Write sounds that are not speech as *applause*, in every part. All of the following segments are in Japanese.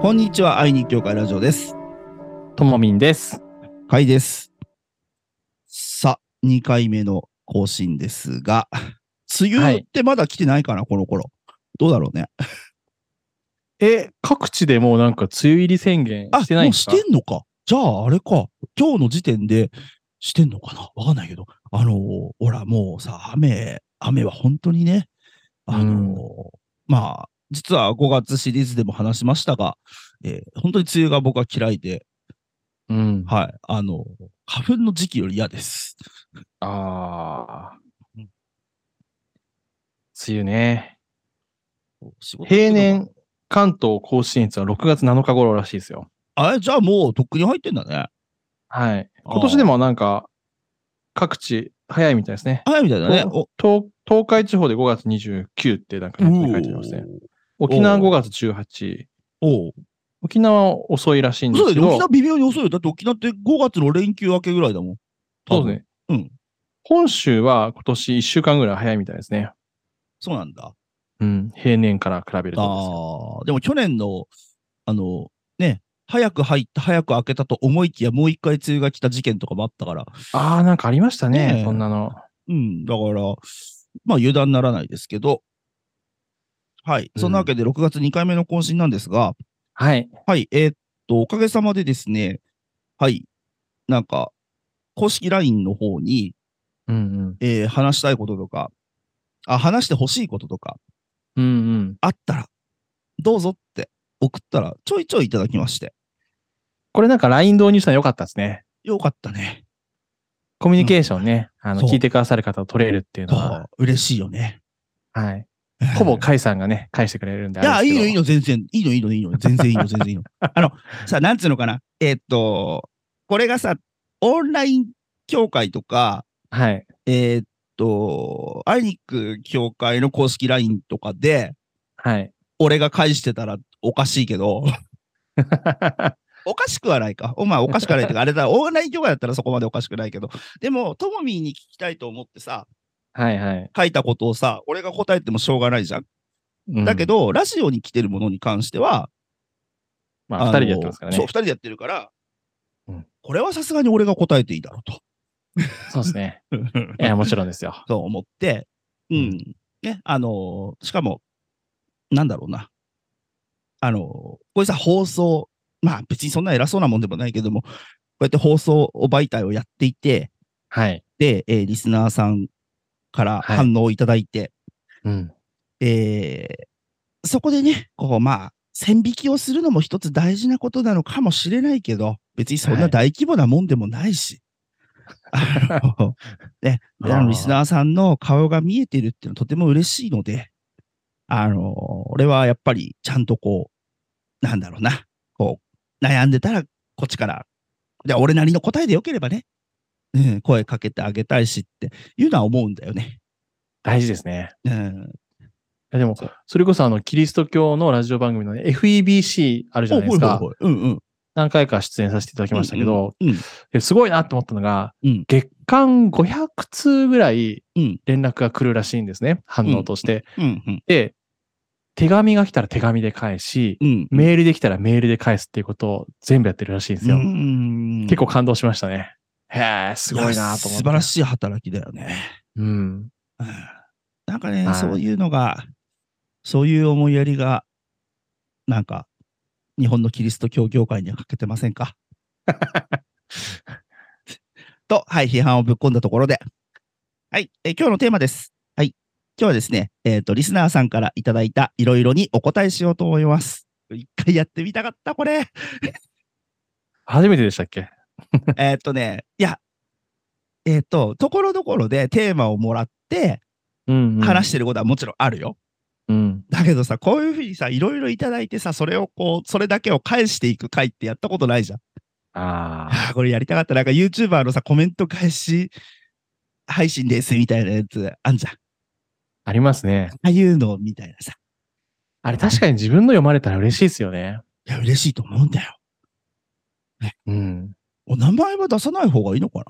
こんにちは、愛日協会ラジオです。ともみんです。はいです。さあ、2回目の更新ですが、梅雨ってまだ来てないかな、この頃。どうだろうね。え、各地でもうなんか梅雨入り宣言あ、してないもうんですしかてんのか。じゃあ、あれか。今日の時点でしてんのかなわかんないけど。あのーほら、もうさ、雨、雨は本当にね、あのーうんまあ、実は5月シリーズでも話しましたが、えー本当に梅雨が僕は嫌いで、うん。はい、あのー花粉の時期より嫌です。ああうん。梅雨ね。仕事平年、関東甲信越は6月7日頃らしいですよ。あれ、じゃあもうとっくに入ってんだね。はい。今年でも。もなんか、各地早いみたいですね。早いみたいだね。お東東海地方で5月29ってなんかネットに書いてありますね。沖縄5月18。おう沖縄は遅いらしいんでそうすだよけね。ど沖、縄微妙に遅いよ。だって沖縄って5月の連休明けぐらいだもん。そうですね。うね。ん本州は今年1週間ぐらい早いみたいですね。そうなんだ。うん、平年から比べるとですよ。ああ、でも去年の、あの、ね、早く入った、早く開けたと思いきや、もう一回梅雨が来た事件とかもあったから、ああ、なんかありましたね、ねえそんなの。うん、だから、まあ油断ならないですけど、はい、そんなわけで6月2回目の更新なんですが、はい。はい、えーっと、おかげさまでですね、はい、なんか、公式 LINE の方に、うんうん。えー話したいこととか、あ、話してほしいこととか、うんうん。あったら、どうぞって送ったら、ちょいちょいいただきまして、これなんか LINE 導入したの良かったですね。よかったね。コミュニケーションね、あその、う聞いてくださる方を取れるっていうのそうは、、嬉しいよね。はい。ほぼいカイさんがね、返してくれるんであれや、いいの、いですけどいの、全然。いいの、いいの、いいの。全然 *laughs* いいの、全然いいの。あの、さ、なんつうのかな。えーっと、これがさ、オンライン協会とか、はい。えーっと、アイニック協会の公式 LINE とかで、はい。 *laughs* 俺が返してたらおかしいけど、 *laughs* おかしくはないか。お前、おかしくはないとか、 *laughs* あれだ、オンライン協会だったらそこまでおかしくないけど、でも、トモミーに聞きたいと思ってさ、はいはい。書いたことをさ、俺が答えてもしょうがないじゃん。うんだけ、ど、ラジオに来てるものに関しては、まのあ、二人でやってますからそう、ね二。人でやってるから、うんこれはさすがに俺が答えていいだろうと。 *laughs* そうですね。いや、もちろんですよ。そう思って、うん。うね、あのーしかも、なんだろうな。あのーこれさ、放送、まあ別にそんな偉そうなもんでもないけども、こうやって放送を媒体をやっていて、はい。で、えーリスナーさんからはい反応をいただいて、うん。えーそこでね、こう、まあ、線引きをするのも一つ大事なことなのかもしれないけど、別にそんはない大規模なもんでもないし、あ *laughs* の、ね、でああのーリスナーさんの顔が見えてるっていうのはとても嬉しいので、あの、俺はやっぱりちゃんとこう、なんだろうな、こう、悩んでたらこっちから、で俺なりの答えでよければね、うん、声かけてあげたいしっていうのは思うんだよね。大事ですね。うん、いやでもそう、それこそあの、キリスト教のラジオ番組のね FEBC あるじゃないですかお。ほいほいほいうんうん。何回か出演させていただきましたけど、うんうんうんですごいなと思ったのが、うん月間500通ぐらいうん連絡が来るらしいんですね、反応として。うんうんで、手紙が来たら手紙で返し、うん。メールできたらメールで返すっていうことを全部やってるらしいんですよ。結結構感動しましたね。へえ、すごいなと思って。素晴らい。しい働きだよね。うん。うんなんかね、はいそういうのが、そういう思いやりが、なんか、日本のキリスト教業界には欠けてません *laughs* かと、はい、批判をぶっ込んだところで、はい、えー今日のテーマです。はい、今日はですね、えっ、と、リスナーさんからいただいたいろいろにお答えしようと思います。一回やってみたかった、これ。初めてでしたっけえーっとね、いや、えーっと、ところどころでテーマをもらってうん、うん。話してることはもちろんあるよ。うん。だけどさ、こういうふうにさ、いろいろいただいてさ、それをこう、それだけを返していく回ってやったことないじゃん。あああ。ーこれやりたかった。なんか YouTuber のさ、コメント返し配信ですみたいなやつあんじゃん。あありますね。あいうのみたいなさ。あれ確かに自分の読まれたら嬉しいですよね。いや、嬉しいと思うんだよ。うん。お名前は出さない方がいいのかな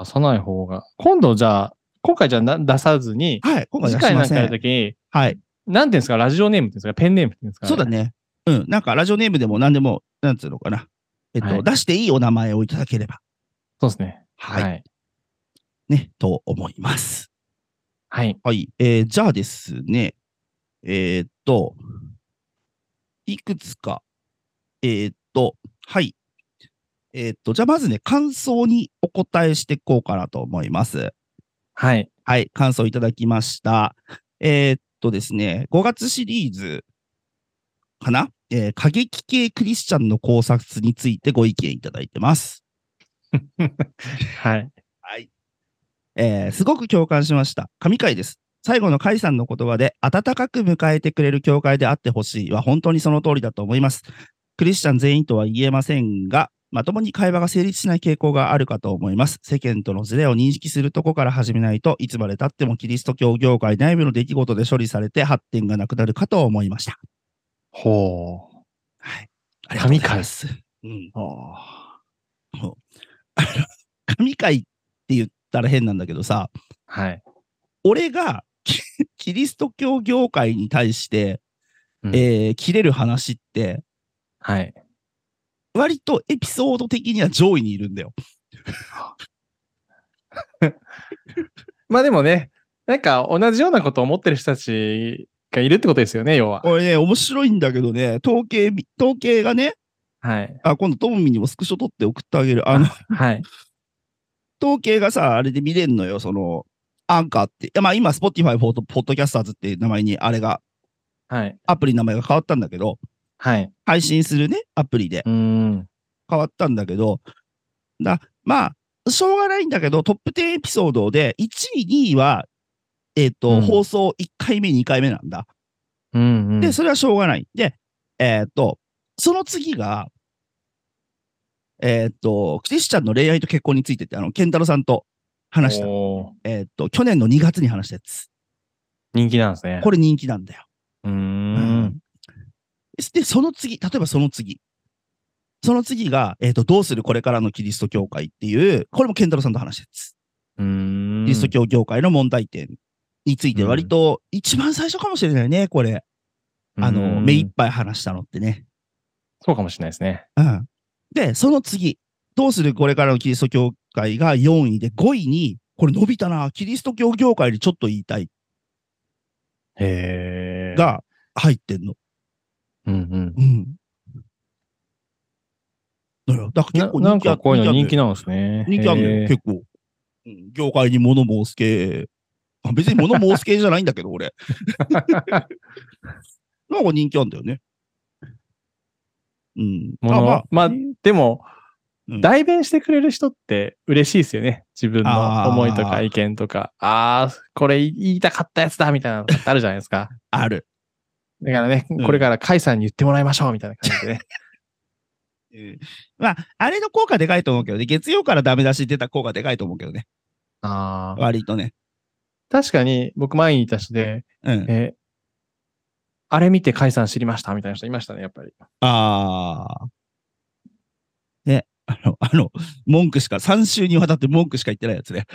出さない方が。今度じゃあ、今回じゃあな出さずに、はい、今回出次し回なまんかせやるん。ときに、はい。なんていうんですか、ラジオネームっていうんですか、ペンネームっていうんですか、そうだ。ね。うん、なんかラジオネームでも何でも、なんつうのかな。えっと、はい出していいお名前をいただければ、そうですね。はい、はい。ね、と思います。はい。はい。えーじゃあですね、えーっと、いくつか、えーっと、はい。えーっと、じゃあまずね、感想にお答えしていこうかなと思います。はい。はい、感想いただきました。えーっとですね、5月シリーズかな、えー過激系クリスチャンの考察についてご意見いただいてます。はい。はい。えーすごく共感しました。神回です。最後の甲斐さんの言葉で、温かく迎えてくれる教会であってほしいは本当にその通りだと思います。クリスチャン全員とは言えませんが、まともに会話が成立しない傾向があるかと思います。世間とのズレを認識するとこから始めないといつまでたってもキリスト教業界内部の出来事で処理されて発展がなくなるかと思いました。ほう。はい。ありがとうございます。うん。は神会って言ったら変なんだけどさ、い。俺がキ *laughs* キリスト教業界に対して、うんえー切れる話って、はい。割とエピソード的には上位にいるんだよ。 *laughs* まあでもね、なんか同じようなことを思ってる人たちがいるってことですよね、要は。これね、面白いんだけどね、統計み、統計がね、はい。あ、今度トモミにもスクショ撮って送ってあげる。あの、はい。 *laughs* 統計がさ、あれで見れんのよ、その、アンカーって。いやまあ今、Spotify ポッドポッドキャスターズっていう名前に、あれが、はい。アプリ名前が変わったんだけど、はい。配信するね、アプリでうーん。変わったんだけど、だまあ、しょうがないんだけど、トップ10エピソードで、1位、2位は、えっ、と、うん放送1回目、2回目なんだ。うん、うん。で、それはしょうがない。で、えっ、と、その次が、えっ、と、クリスチャンの恋愛と結婚についてって、あの、ケンタロウさんと話した。おーえっ、と、去年の2月に話したやつ。人気なんですね。これ人気なんだよ。うー。うんで、その次、例えばその次。その次が、えっ、と、どうするこれからのキリスト教会っていう、これもケンタロウさんと話したやつ。うーん。キリスト教業界の問題点についてうん割と一番最初かもしれないね、これ。あうーの、ん目いっぱい話したのってね。そうかもしれないですね。うん。で、その次、どうするこれからのキリスト教会が4位で5位に、これ伸びたな、キリスト教業界でちょっと言いたいへえ。、が入ってんの。うんうん。うん。だからだからな結構な人ん気あかこういうの人気ななんですね。人気あるのへよ、ー結構。うん業界に物申す系。あ別に物申す系じゃないんだけど、 *laughs* 俺。なんか人気あんだよね。うん。ものまあでも、うん代弁してくれる人って嬉しいですよね。自分あのー思いとか意見とか、ああ、これ言いたかったやつだみたいなのってあるじゃないです *laughs* か。ある。だからね、うんこれから甲斐さんに言ってもらいましょうみたいな感 *laughs* じでね。まあ、あれの効果でかいと思うけどね、月曜からダメ出し出た効果でかいと思うけどね、ああ。割とね。確かに僕前にいた人で、うん。えーあれ見て甲斐さん知りましたみたいな人いましたね、やっぱり。ああ。ね、あの、あの、文句しか、3週にわたって文句しか言ってないやつね。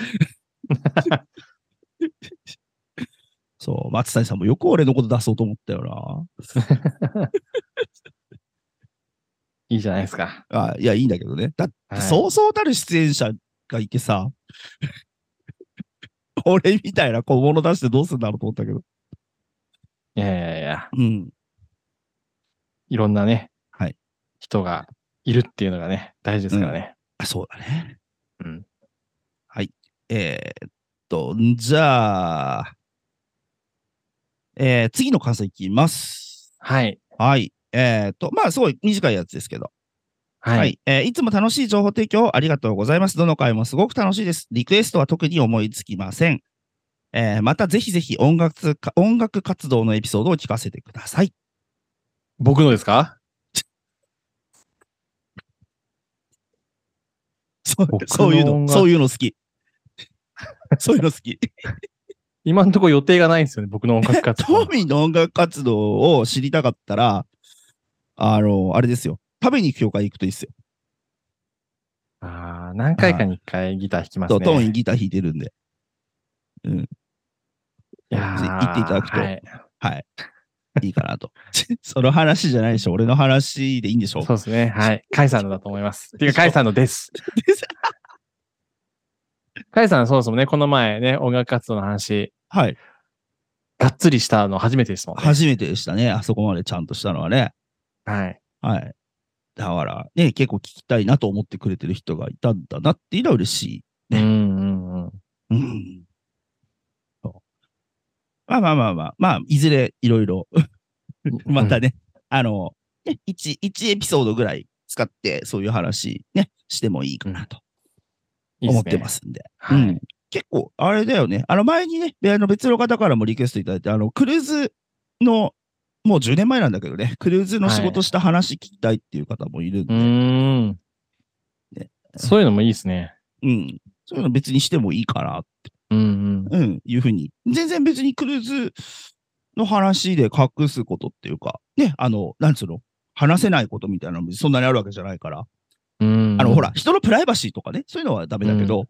そう、松谷さんもよく俺のこと出そうと思ったよいいじゃないですか。な。あいや、いいんだけどね。だって、はいそうそうたる出演者がいてさ、俺みたいな小物出してどうすんだろうと思ったけど。いやいやいや、うん。いろんなね、はい人がいるっていうのがね、大事ですからね。あそうだね。うん。えーっと、んじゃあ、えー次の感想いきます。はい。はい。えーっと、まあ、すごい短いやつですけど。はい。はい、えーいつも楽しい情報提供をありがとうございます。どの回もすごく楽しいです。リクエストは特に思いつきません。えーまたぜひぜひ音楽か音楽活動のエピソードを聞かせてください。僕のですかそう僕のそういう音の、楽そういうの好き。 *laughs* そういうの好き。今のところ予定がないんですよね、僕の音楽活動ト。ミーの音楽活動を知りたかったら、あの、あれですよ。食べに行く教会行くといいですよ。ああ、何回かに一回ギター弾きますそうね。トミーギター弾いてる *laughs* んで。いやー行っていただくとはい。はい。いいかなと。 *laughs* その話じゃないでしょ。俺の話でいいんでしょ。そうですね。はい。カイさんのだと思い *laughs* ます。っていうか、カイさんのです。ですカイさん、そもそもね、この前ね、音楽活動の話、 *laughs* はい。がっつりしたの初めてですもんね。初めてでしたね。あそこまでちゃんとしたのはね。はい。はい。だから、ね、結構聞きたいなと思ってくれてる人がいたんだなっていうのは嬉しい。うねんうんうん。うん。そうまあまあまあまあ、まあ、いずれいろいろ、またね、あの、ね、1、一エピソードぐらい使って、そういう話ね、してもいいかなとうん、思ってますすんで。ね。うん結構、あれだよね。あの、前にね、であの別の方からもリクエストいただいて、あの、クルーズの、もう10年前なんだけどね、クルーズの仕事した話聞きたいっていう方もいるんで、はい。うーんね。そういうのもいいですね。うん。そういうの別にしてもいいかなうんうん。うん、いうふうに。全然別にクルーズの話で隠すことっていうか、ね、あの、なんつうの、話せないことみたいなのもそんなにあるわけじゃないから、うんあの、ほら、人のプライバシーとかね、そういうのはダメだけど、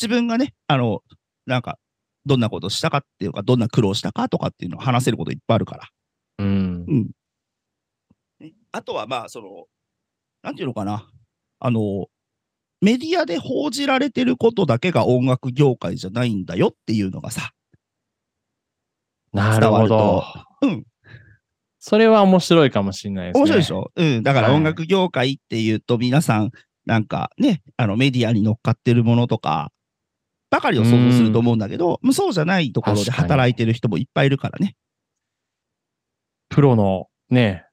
自分がね、あの、なんか、どんなことしたかっていうか、どんな苦労したかとかっていうのを話せることいっぱいあるから。うん。ねあとはまあ、その、なんていうのかな、あの、メディアで報じられてることだけが音楽業界じゃないんだよっていうのがさ、なるほ伝どわ。うん。それは面白いかもしれないですね。面白いでしょ、うん。だからはい音楽業界っていうと皆さん、なんかね、あのメディアに乗っかってるものとか、ばかりを想像すると思うんだけど、もうそうじゃないところで確かに働いてる人もいっぱいいるからね。プロのね、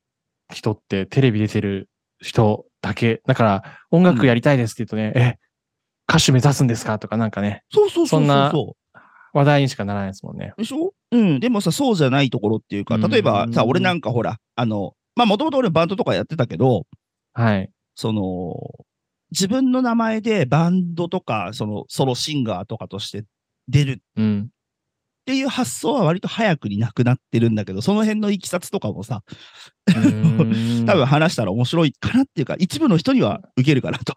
人ってテレビ出てる人だけ。だから、音楽やりたいですって言うとね、え、歌手目指すんですかとかなんかね、そうそうそうそんそうなそ話題にしかならないですもんね。う。でしょうん。でもさ、そうじゃないところっていうか、例えばさ、うん俺なんかほら、あの、まあもともと俺バンドとかやってたけど、はい。その、自分の名前でバンドとか、そのソロシンガーとかとして出るうっん。ていう発想は割と早くになくなってるんだけど、その辺のいきさつとかもさ、うーん *laughs* 多分話したら面白いかなっていうか、一部の人には受けるかなと。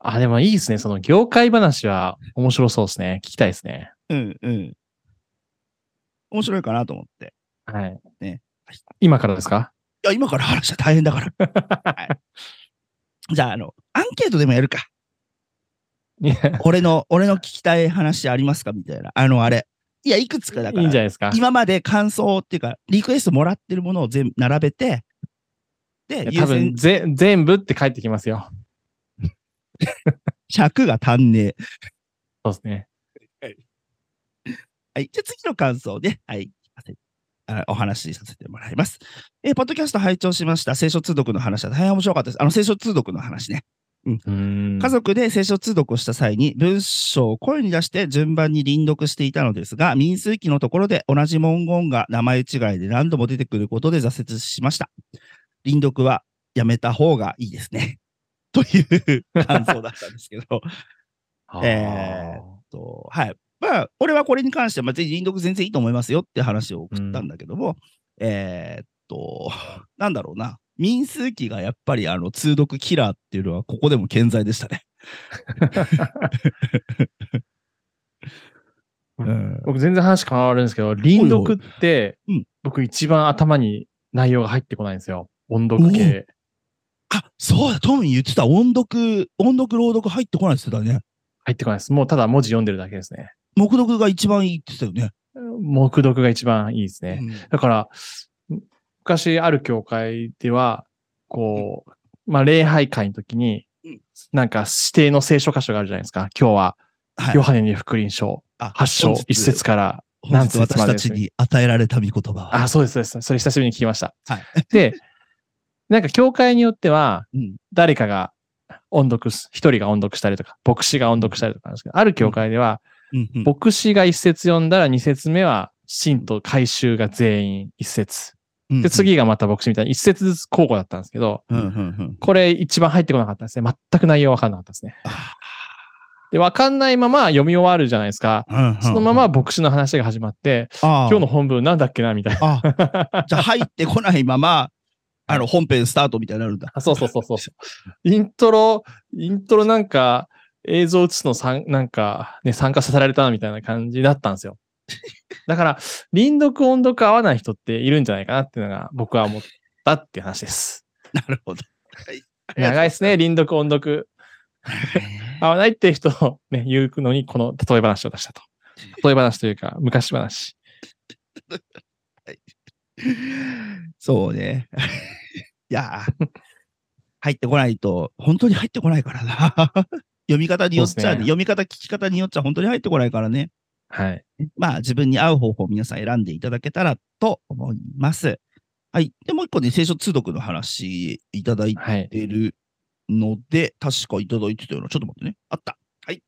あ、でもいいですね。その業界話は面白そうですね。聞きたいですね。うんうん。面白いかなと思って。はい。ね今からで *laughs* すかいや、今から話したら大変だから。じゃあ、あの、アンケートでもやるか。いや俺の、俺の聞きたい話ありますかみたいな。あの、あれ。いや、いくつかだから。いいんじゃないですか今まで感想っていうか、リクエストもらってるものを全部並べて、で、いや多優分先ぜ、全部って帰ってきますよ。尺が足んねえ。そうですね。はい。じゃあ次の感想で、はい。あお話しさせてもらいます。えーポッドキャスト拝聴しました。聖書通読の話は大変面白かったです。あの、聖書通読の話ね。うーん。家族で聖書通読をした際に文章を声に出して順番に輪読していたのですが、民数記のところで同じ文言が名前違いで何度も出てくることで挫折しました。輪読はやめた方がいいですね。という感想だったんですけど。あーえと、はい。まあ、俺はこれに関しては、まあ、全然輪読全然いいと思いますよって話を送ったんだけども、えーっと、なんだろうな。民数記がやっぱりあの通読キラーっていうのはここでも健在でした *laughs* ね。うん僕全然話変わるんですけど、輪読っておいうん、僕一番頭に内容が入ってこないんですよ。音読系。あ、そうだ、トミー言ってた。音読、音読、朗読入ってこないって言ってたね。入ってこないです。もうただ文字読んでるだけですね。黙読が一番いいって言ってたよ目読が一番いいですね。ね。だから、昔ある教会では、こう、まあ、礼拝会の時にうん、なんか指定の聖書箇所があるじゃないですか。今日は、はいヨハネに福音書、あ8章、1節から。本日何節私までたですちねに与えられた御言葉は。あ、そうです、そうです。それ久しぶりに聞きました。はい *laughs* で、なんか教会によっては、うん誰かが音読す、一人が音読したりとか、牧師が音読したりとかなんですけど、ある教会では、うんうん牧師が一節読んだら二節目は、信徒改宗が全員一節。うんうんで、次がまた牧師みたいな一節ずつ交互だったんですけど、うんうんうんこれ一番入ってこなかったですね。全く内容わかんなかったですね。あで、わかんないまま読み終わるじゃないですか。うんうんうんそのまま牧師の話が始まって、あー今日の本文なんだっけなみたいあ、な。 *laughs* じゃあ入ってこないまま、あの、本編スタートみたいになるんだ。 *laughs* あそうそうそうそうそう。イントロ、イントロなんか映像映すのさんなんかね、参加させられたみたいな感じだったんですよ。だから、輪読音読合わない人っているんじゃないかなっていうのが僕は思ったっていう話です。なるほど。はい。長いですね、輪読音読。合わないって人をね、言うのに、この例え話を出したと。例え話というか、昔話。そうね。 *laughs* いやー、入ってこないと、本当に入ってこないからな。 *laughs* 読み方によっちそうゃ、っすね読み方、聞き方によっちゃ、本当に入ってこないからね。はい。まあ、自分に合う方法を皆さん選んでいただけたらと思います。はい。で、もう一個ね、聖書通読の話いただいはい。てるので、確かいただいてたような、ちょっと待ってね。あった。はい。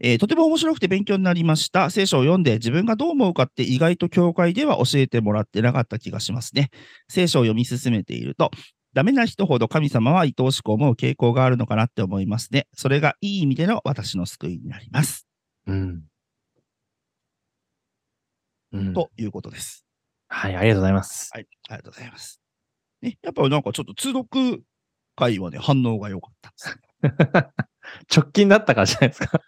えーとても面白くて勉強になりました。聖書を読んで自分がどう思うかって意外と教会では教えてもらってなかった気がしますね。聖書を読み進めていると、ダメな人ほど神様は愛おしく思う傾向があるのかなって思いますね。それがいい意味での私の救いになります。うん。うん、ということです。はい、ありがとうございます。はい、ありがとうございます。ね、やっぱなんかちょっと通読会はね、反応が良かったん *laughs* です。 *laughs* 直近だったからじゃないです *laughs* か。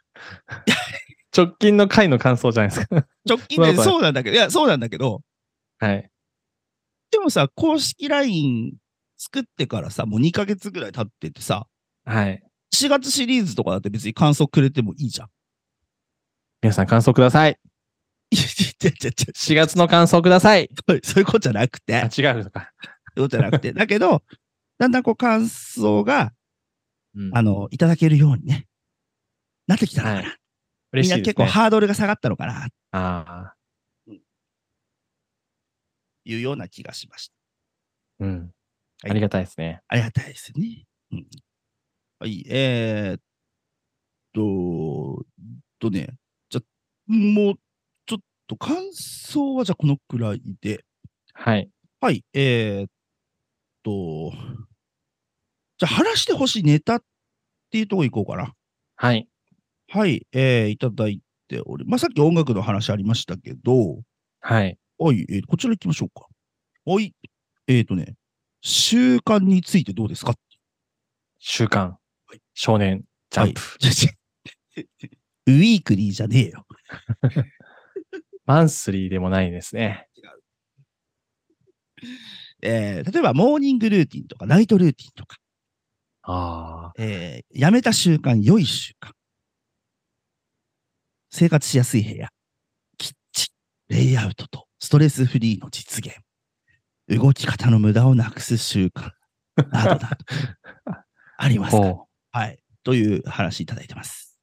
直近の回の感想じゃないですか。直近で、そうそうそうなんだけど、いや、そうなんだけど、はい。でもさ、公式 LINE 作ってからさ、もう2ヶ月ぐらい経っててさ、はい。 4月シリーズとかだって別に感想くれてもいいじゃん。皆さん感想ください。いやいやいやいや4月の感想ください。そうそういうことじゃなくて、あそうい違うのか。うことじゃなくて、だけど、だんだんこう感想が、うんあの、いただけるようにね、なってきたのかな。はいみ *laughs* ん嬉しないで結す、ね。構ハードルが下がったのかな、あというような気がしました。あ、うん。はいありがたいですね。ありがたいですね。うん、はい、えー、っと、とね、じゃ、もう、ちょっと感想はじゃあこのくらいで。はい。はい、えー、っと、じゃあ話してほしいネタっていうとこ行こうかな。はい。はい、えー、いただいており、まあ、さっき音楽の話ありましたけど、はい。はい、えーこちら行きましょうか。はい、えー、っとね、習慣についてどうですか週刊、少年、ジャンプ、はい *laughs* ウィークリーじゃねえよ。マンスリーでもないですね。えー例えば、モーニングルーティンとか、ナイトルーティンとか、あえーやめた習慣、良い習慣。生活しやすい部屋。キッチン、レイアウトと、ストレスフリーの実現。動き方の無駄をなくす習慣。などな *laughs* どありあ。ますかほはい。という話いただいてます。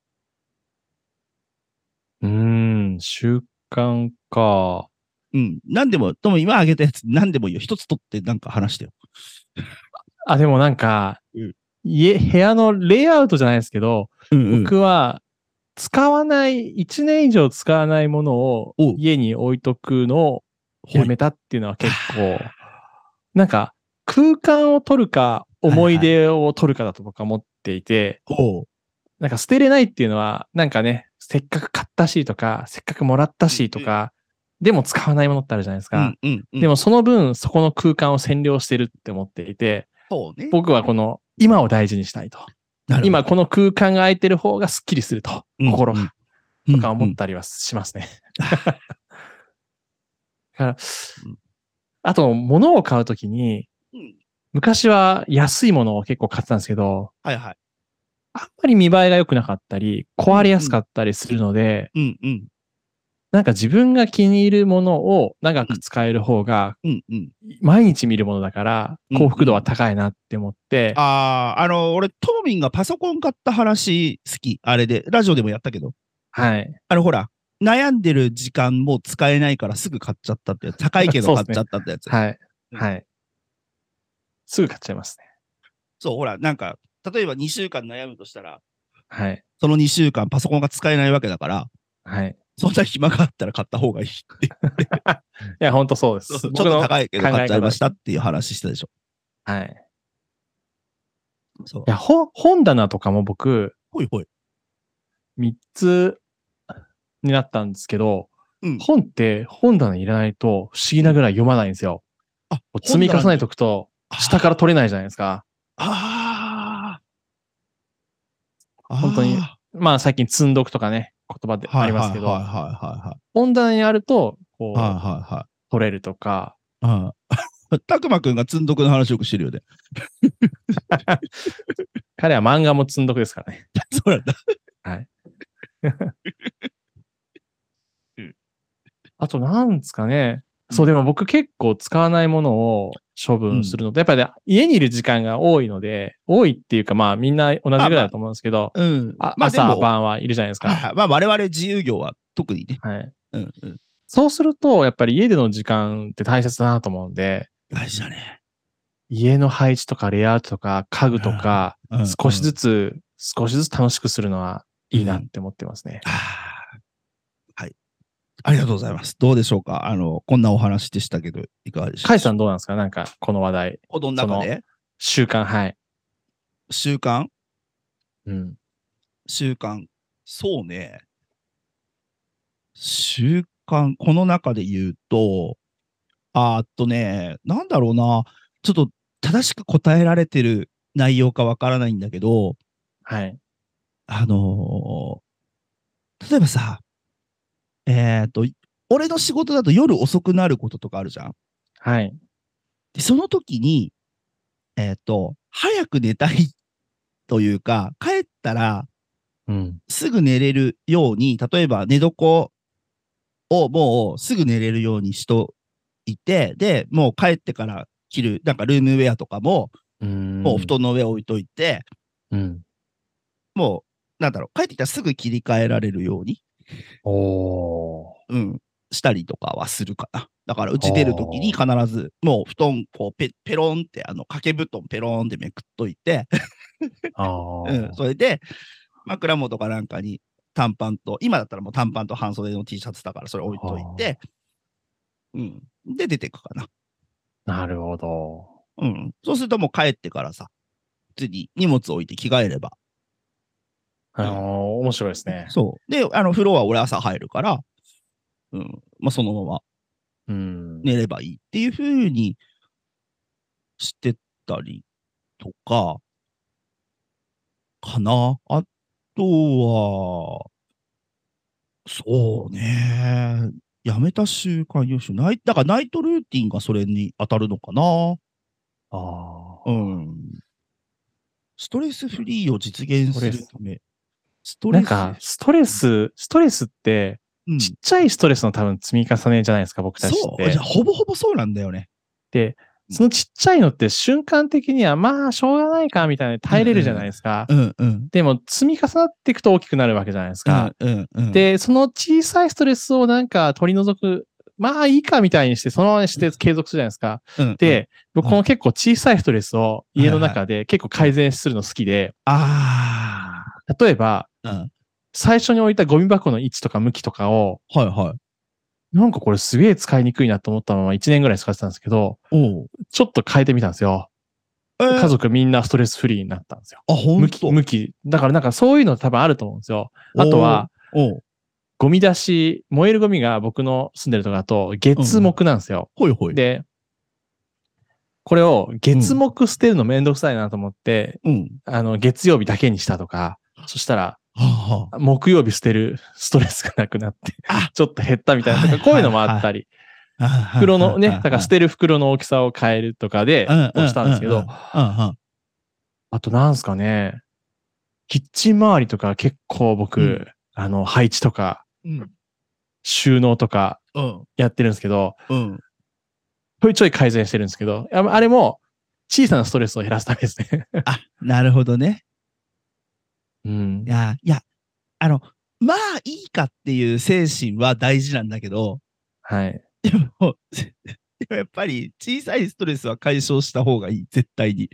う。うーん、週刊か。うん。何でも、でも今挙げたやつ、何でもいいよ。一つ取ってなんか話してよ。あ、でもなんか、うん家、部屋のレイアウトじゃないですけど、うんうん。僕は、使わない、1年以上使わないものをおう家に置いとくのをやめたっていうのは結構、なんか空間を取るか思い出を取るかだと僕は思っていて、ほう。なんか捨てれないっていうのは、なんかね、せっかく買ったしとか、せっかくもらったしとか、でも使わないものってあるじゃないですうかん。うんうん、でもその分、そこの空間を占領してるって思っていて、そうね。僕はこの今を大事にしたいと。なるほど、今この空間が空いてる方がスッキリすると、うん心が。うんとか思ったりはします *laughs* ね。だからうん、あと、物を買うときに、うんうん昔は安いものを結構買ってたんですけど、はいはい。あんまり見栄えが良くなかったり、壊れやすかったりするので、うんうん。なんか自分が気に入るものを長く使える方が、うんうん。毎日見るものだからうん幸福度は高いなって思って、ああ、あの、俺、トーミンがパソコン買った話好き。あれで、ラジオでもやったけど。はい。あの、ほら、悩んでる時間も使えないからすぐ買っちゃったってやつ。高いけ *laughs* どそうっ買すっねちゃったってやつ。はい。はい。すぐ買っちゃいますね。そう、ほら、なんか、例えば2週間悩むとしたら、はい。その2週間パソコンが使えないわけだから、 *laughs* はい。そんな暇があったら買った方がいいって。いや、ほんとそうです。そうそうちょ僕っのと高いけど買っちゃいましたっていう話したでしょ。はい。そうい。や、本、本棚とかも僕、ほいほい。 3つになったんですけど、うん本って本棚にいらないと不思議なぐらい読まないんですよ。あ。こう積み重ねておくと、下からら取れないじゃないですか。あーあー。本当にまあ最近積んどくとかね、言葉でありますはけいど、はいは温暖にあると、こいはいはい。う、はいはいはい。取れるとか、ああたくまくんがつんどくの話よくしてるよね。彼は漫画も積んどくですからね。そうなんだ。あと、なんですかね。そう、でも僕結構使わないものを処分するので、やっぱりね、家にいる時間が多いので、多いっていうか、まあみんな同じぐらいだと思うんですけど、うん。あまあで朝も、は晩はいるじゃないですいか。はいまあ我々自由業は特にね。はい。うんうん。そうすると、やっぱり家での時間って大切だなと思うんで、大事だね。家の配置とかレイアウトとか家具とか、うん少しずつ。つ、少しずつ楽しくするのはいいなって思ってますね。ああはい。ありがとうございます。どうでしょうかあの、こんなお話でしたけど、いかがでしょうカイさんどうなんですかなんか、この話題、この中で習慣、はい。習慣うん。習慣。そうね。習慣、この中で言うと、あーっとね、なんだろうな、ちょっと正しく答えられてる内容かわからないんだけど、はい。あのー例えばさ、えーっと、俺の仕事だと夜遅くなることとかあるじゃん。はい。で、その時に、えーっと、早く寝たいというか、帰ったら、うん。すぐ寝れるように、例えば寝床をもうすぐ寝れるようにしといて、で、もう帰ってから着る、なんかルームウェアとかも、うんもう布。団の上置いといて、うん。もう、なんだろう、帰ってきたらすぐ切り替えられるように、*laughs* おー。うん、したりとかはするかな。だから、うち出るときに必ず、もう布団、こうペ、ペロンって、あの、掛け布団ペロンってめくっといて、あうん、ー。それで、枕元かなんかに短パンと、今だったらもう短パンと半袖の T シャツだから、それ置いといて、うん。で、出てくかな。なるほど。うん。そうするともう帰ってからさ、普通に荷物置いて着替えれば。あのー、面白いですね。そう。で、あの、風呂は俺朝入るから、うん。まあ、そのままうん。寝ればいいっていうふうにしてたりとか、かな。あとは、そうね。やめた習慣よしナイだからナイトルーティンがそれに当たるのかな。あー。うん。ストレスフリーを実現するため。ストなんか、ストレス、ストレスって、うん、ちっちゃいストレスの多分積み重ねじゃないですか、僕たちっそう。てじゃ。あほぼほぼそうなんだよね。で、そのちっちゃいのって瞬間的には、まあ、しょうがないか、みたいな耐えれるじゃないですか。うんうん。でも、積み重なっていくと大きくなるわけじゃないですか。うんうんうん、で、その小さいストレスをなんか取り除く、まあいいかみたいにして、そのままにして継続するじゃないですか。うんうん、で、僕うんこの結構小さいストレスを家のはい中で結構改善するの好きで、あ例えば、あ。うん。最初に置いたゴミ箱の位置とか向きとかを、はいはい。なんかこれすげえ使いにくいなと思ったまま1年ぐらい使ってたんですけど、おう。ちょっと変えてみたんですよ。えー家族みんなストレスフリーになったんですよ。あ、ほん向とき、向き。だからなんかそういうの多分あると思うんですよ。あとは、おう、おうゴミ出し、燃えるゴミが僕の住んでるとこだと月木なんですよ。ほいほい。で、これを月木捨てるのめんどくさいなと思って、うん。あの、月曜日だけにしたとか、そしたら、はあはあ木曜日捨てるストレスがなくなってあ、ちょっと減ったみたいなとはか、いこういうのもあったり、あはあ。袋のね、はあだから捨てる袋の大きさを変えるとかで、うんしたんですけうん、どうんあとなんすかね、キッチン周りとか結構僕、うんあの、配置とか、うんうん。収納とかうん。やってるんですけど、うん。ちょいちょい改善してるんですけど、ああれも小さなストレスを減らすためですね。あ、なるほどね。うんい。や、いや、あの、まあいいかっていう精神は大事なんだけど、 *laughs* はい。でも、でもやっぱり小さいストレスは解消した方がいい、絶対に。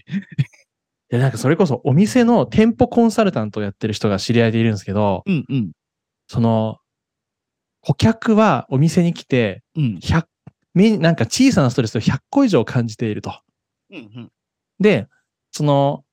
で、なんかそれこそお店の店舗コンサルタントをやってる人が知り合いでいるんですけど、うんうん。その、顧客はお店に来て、うん。 100、みなんか小さなストレスを100個以上感じていると。うんうん。で、その、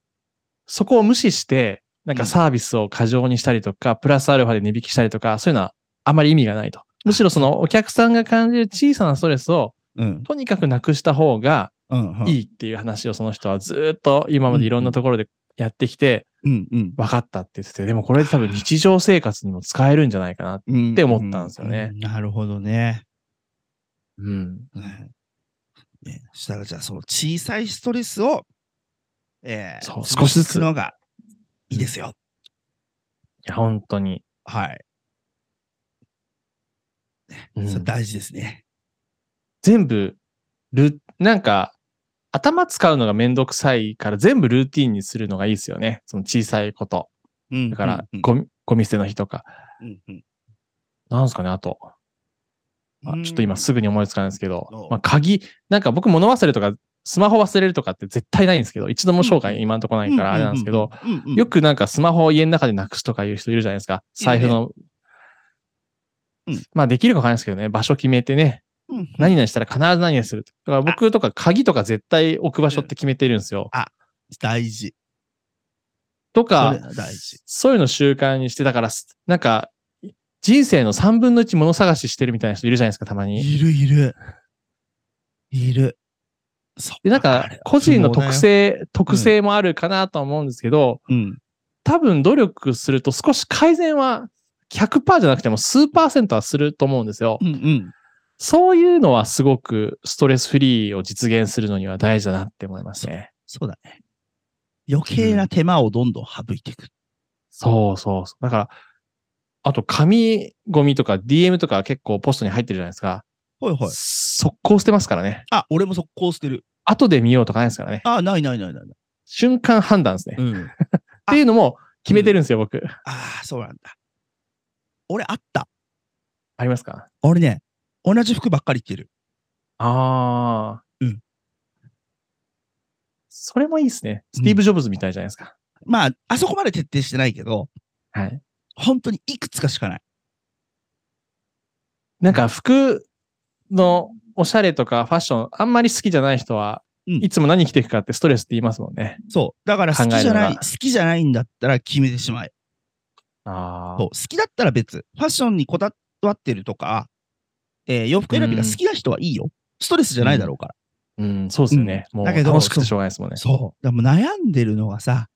そこを無視して、なんかサービスを過剰にしたりとか、プラスアルファで値引きしたりとか、そういうのはあまり意味がないと。むしろそのお客さんが感じる小さなストレスをうん。とにかくなくした方がうん。いいっていう話をその人はずーっと今までいろんなところでやってきて、うんうん。分かったって言ってて、でもこれ多分日常生活にも使えるんじゃないかな。っって思ったんですよねなるほどね。うん。うんね、そしたらじゃあその小さいストレスを、えー、そう少しずつのがいいですよ。いや、本当に。はい。うんそれ大事ですね。全部、ル、なんか、頭使うのがめんどくさいから全部ルーティンにするのがいいですよね。その小さいこと。うんだから、うんゴミ、ゴミ捨ての日とか。うんうんなんですかね、あと。あうんちょっと今すぐに思いつかないんですけどうん、まあ、鍵、なんか僕物忘れとか、スマホ忘れるとかって絶対ないんですけど、一度も生涯今んとこないからあれなんですけど、、うんうんよくなんかスマホを家の中でなくすとかいう人いるじゃないですか。財布のうん。まあできるかわかんないですけどね、場所決めてね、うんうん何々したら必ず何々する。だから僕とか鍵とか絶対置く場所って決めてるんですよ。大事。とそかれ、大事。そういうの習慣にして、だから、すなんか、人生の3分の1物探ししてるみたいな人いるじゃないですか、たまに。いるいる。いる。そうで、なんか、個人の特。性、特性もあるかなとは思うんですけど、あれうん。多分努力すると少し改善は100%じゃなくても数パーセントはすると思うんですよう。んうん。そういうのはすごくストレスフリーを実現するのには大事だなって思いますね。そうだね。余計な手間をどんどん省いていく。そうそうそう。だから、あと紙ゴミとか DM とか結構ポストに入ってるじゃないですか。ほいほい。速攻捨てますからね。あ、俺も速攻捨てる。後で見ようとかないですからね。あ、ないないないないない。瞬間判断ですね。っうん。ていうのも決めてるんですよ、僕。ああ、そうなんだ。俺あった。ありますか俺ね、同じ服ばっかり着てる。ああ。うん。それもいいですね。スティーブ・ジョブズみたいじゃないですか。まあ、あそこまで徹底してないけど、はい。本当にいくつかしかない。なんか服のおしゃれとかファッション、あんまり好きじゃない人は、うんいつも何着ていくかってストレスって言いますもんね。そう。だから好きじゃ考なえるのい、が好きじゃないんだったら決めてしまえ。あそう好きだったら別。ファッションにこだわってるとか、えー洋服選びが好きな人はいいよ。ストレスじゃないだろうから。うん、そうですよね。もうだけど楽しくてしょうがないですもんね。そう。でも悩んでるのがさ、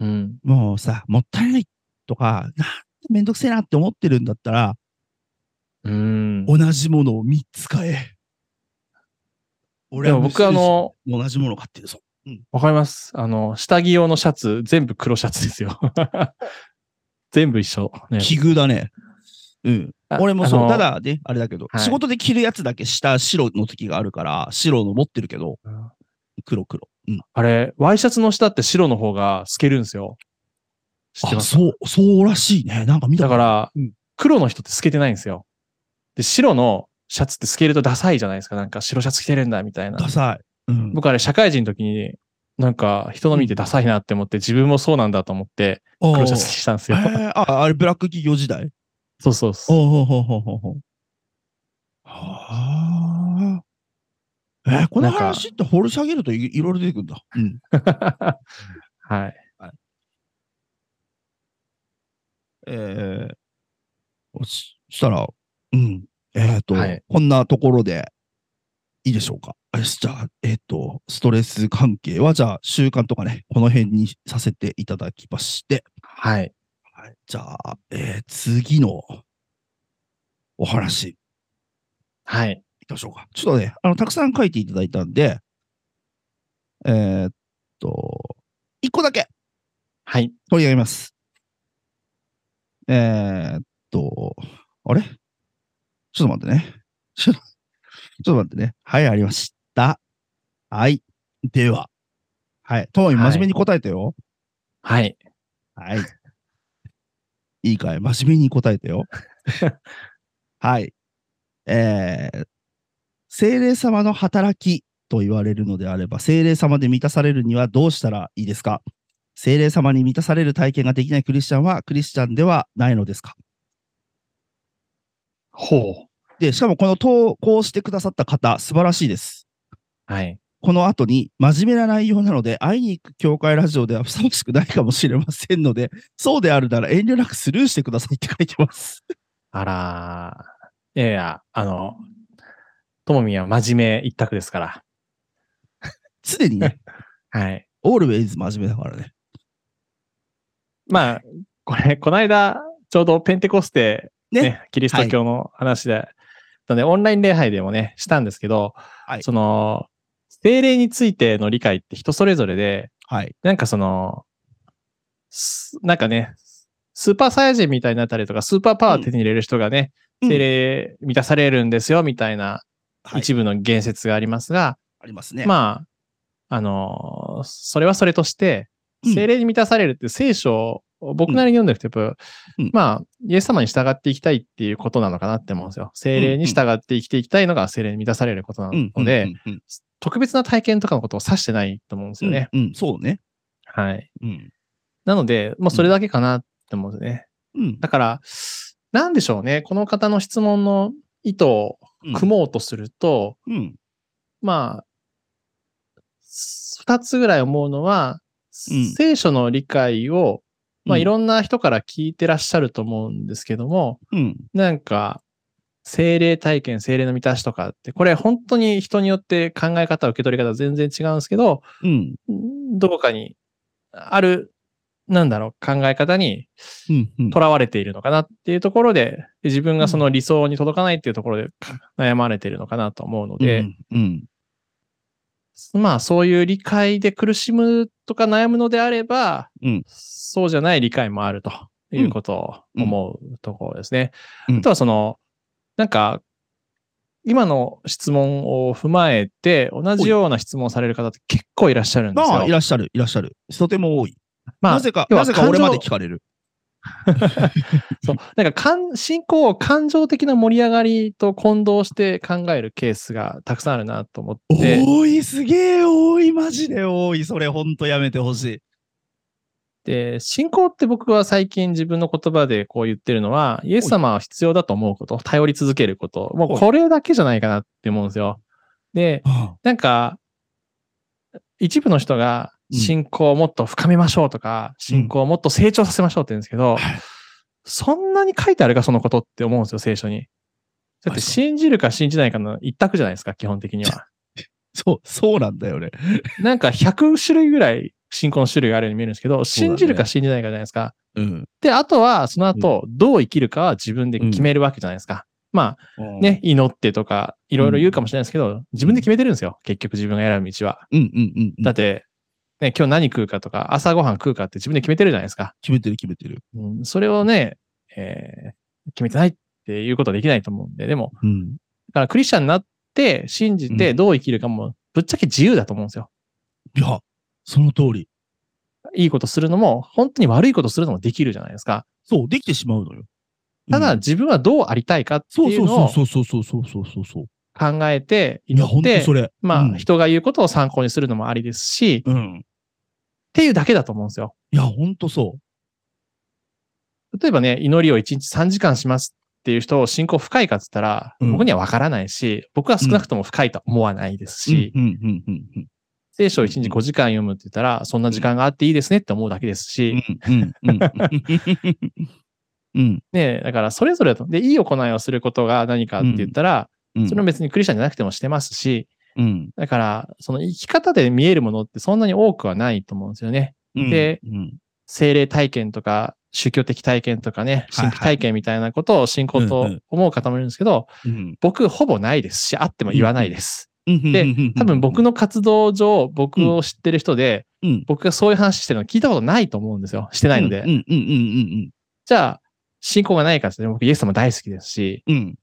うん。もうさ、もったいないとか、なんてめんどくせえなって思ってるんだったら、うん。同じものを3つ買え。俺でも僕あ、の、同じもの買ってるぞ。わかります。あの、下着用のシャツ、全部黒シャツですよ。 *laughs* 全部一緒。ね、奇遇だね。うん。あ俺もあそのう。ただね、あれだけど、はい仕事で着るやつだけ下白の時があるから、白の持ってるけど、黒黒。うん。あれ、ワイシャツの下って白の方が透けるんですよ。知ってあ、ますそう、そうらしいね。なんか見ただことかあるらうん、黒の人って透けてないんですよ。で、白のシャツって透けるとダサいじゃないですか。なんか白シャツ着てるんだみたいなダ。サい。うん。僕あれ、社会人の時に、なんか人の見てダサいなって思って、自分もそうなんだと思って、黒シャツにしたんですおよー。へーあ、あれ、ブラック企業時代そうそうそう。おうほうほうほうほう。はあ。えーこのなんか話って掘り下げるといいろいろ出てくるんだ。うん。 *laughs* はい。えーおししたら、うん、えっ、と、はいこんなところでいいでしょうか。よしじゃあ、えっ、と、ストレス関係は、じゃあ、習慣とかね、この辺にさせていただきまして、はい。はい、じゃあ、えー次のお話はい。いきましょうか。ちょっとね、あの、たくさん書いていただいたんで、えーっと、一個だけはい。取り上げます。えーっと、あれちょっと待ってね。ちょっとちょっと待ってね。はい、ありました。はい。では。はい。ともみはい真面目に答えてよ。はい。はい。いいかい真面目に答えてよ。はい。えー、精霊様の働きと言われるのであれば、精霊様で満たされるにはどうしたらいいですか精霊様に満たされる体験ができないクリスチャンはクリスチャンではないのですかほで、しかもこの投稿してくださった方、素晴らしいです。う。はい。この後に真面目な内容なので、会いに行く教会ラジオではふさわしくないかもしれませんので、そうであるなら遠慮なくスルーしてくださいって書いてます。あらー。いやいや、あの、ともみんは真面目一択ですから。 *laughs* 常にね、はい。オールウェイズ真面目だからね。まあ、これ、この間、ちょうどペンテコステ、ねね、キリスト教の話で、ので、オンライン礼拝でもね、したんですけど、はいその、精霊についての理解って人それぞれで、はい。なんかその、すなんかね、スーパーサイヤ人みたいになったりとか、スーパーパワーを手に入れる人がね、うん精霊満たされるんですよ、みたいなはい、一部の言説がありますが、ありますね。あ、まあ、あのーそれはそれとして、精霊に満たされるって聖書を僕なりに読んでると、やっぱうんまあ、イエス様に従っていきたいっていうことなのかなって思うんですよ。精霊に従って生きていきたいのが精霊に満たされることなうん、ので、うん、うん特別な体験とかのことを指してないと思うんですよね。うん、うんそうね。はい。うん。なので、もうそれだけかなって思うんですね。うん。だから、なんでしょうね。この方の質問の意図を組もうとすると、うん。まあ、す二つぐらい思うのは、うん聖書の理解を、まあ、うんいろんな人から聞いてらっしゃると思うんですけども、うん。なんか、精霊体験、精霊の満たしとかって、これ本当に人によって考え方、受け取り方全然違うんですけど、うん。んどこかにある、なんだろう、考え方にうん。うんとらわれているのかなっていうところで、で自分がその理想に届かないっていうところで悩まれているのかなと思うので、、うん。まあそういう理解で苦しむとか悩むのであれば、うんそうじゃない理解もあるということをうん思うところですね。うんあとはその、なんか、今の質問を踏まえて、同じような質問をされる方って結構いらっしゃるんですよ。まあ、いらっしゃる、いらっしゃる。とても多い。まあなぜか、要はなぜか俺感情まで聞かれる。そうなんか感、信仰を感情的な盛り上がりと混同して考えるケースがたくさんあるなと思って。多い、すげえ多い、マジで多い。それ、ほんとやめてほしい。で、信仰って僕は最近自分の言葉でこう言ってるのは、イエス様は必要だと思うこと、頼り続けること、もはういこれだけじゃないかなって思うんですよ。で、なんか、一部の人がうん信仰をもっと深めましょうとか、信仰をもっと成長させましょうって言うんですけど、はいそんなに書いてあるか、そのことって思うんですよ、聖書に。だっ確かてに信じるか信じないかの一択じゃないですか、基本的には。 *laughs* そう、そうなんだよね。 *laughs* なんか100種類ぐらい信仰の種類があるように見えるんですけど、そうだね信じるか信じないかじゃないですか。うん。で、あとは、その後、どう生きるかは自分で決めるわけじゃないですか。まあ、ね、祈ってとか、いろいろ言うかもしれないですけど、自分で決めてるんですよ。結局自分が選ぶ道は。うん。うんうんうん。だって、ね、今日何食うかとか、朝ごはん食うかって自分で決めてるじゃないですか。決めてる、決めてる。うん、それをね、えー決めてないっていうことはできないと思うんで、でも、うん。だからクリスチャンになって、信じてどう生きるかも、ぶっちゃけ自由だと思うんですよ。いや、その通り。いいことするのも、本当に悪いことするのもできるじゃないですか。そう、できてしまうのよ。ただ、うん、自分はどうありたいかってそういうそうのをそうそうそうそうそうそうそう。考えて、い祈や、ほっんとて、それ。まあ、うん人が言うことを参考にするのもありですし、っうん。ていうだけだと思うんですよ。いや、ほんとそう。例えばね、祈りを1日3時間しますっていう人を信仰深いかって言ったら、うん僕にはわからないし、僕は少なくとも深いとは思わないですし、うんうんうんうん聖書を1日5時間読むって言ったら、そんな時間があっていいですねって思うだけですし、うんうんうんうんうんね、だからそれぞれだと、で、いい行いをすることが何かって言ったら、うんそれも別にクリスチャンじゃなくてもしてますし、うんだから、その生き方で見えるものってそんなに多くはないと思うんですよね。うんでうん精霊体験とか、宗教的体験とかね、はいはい神秘体験みたいなことを信仰うとんうん思う方もいるんですけど、うん僕ほぼないですし、あっても言わないです。うんでうんうんうん多分僕の活動上、僕を知ってる人で、うん僕がそういう話してるの聞いたことないと思うんですよ。してないので。うんうんうんうんじゃあ、信仰がないからですね、僕イエス様大好きですし、うんうん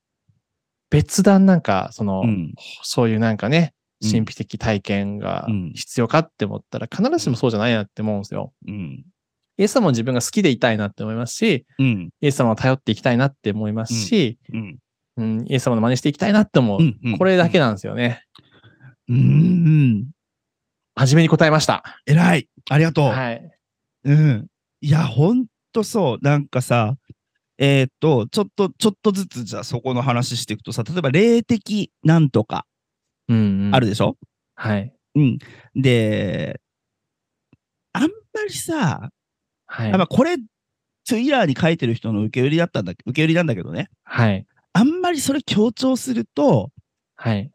別段なんか、その、うんそういうなんかね、うん神秘的体験がうん必要かって思ったら、必ずしもそうじゃないなって思うんですよ。うんイエス様も自分が好きでいたいなって思いますし、うんイエス様を頼っていきたいなって思いますし、うんうんイエス様の真似していきたいなって思う。うんうんこれだけなんですよね。うんうん真面目に答えました。偉いありがとうはい。うん。いや、ほんとそう。なんかさ、えーっと、ちょっと、ちょっとずつじゃあそこの話していくとさ、例えば霊的なんとかうん、うんある。でしょ、はい。うん、で、あんまりさ、はいやっ。ぱこれ、ツイヤーに書いてる人の受け売りだったんだ、受け売りなんだけどね。はい。あんまりそれ強調すると、はい。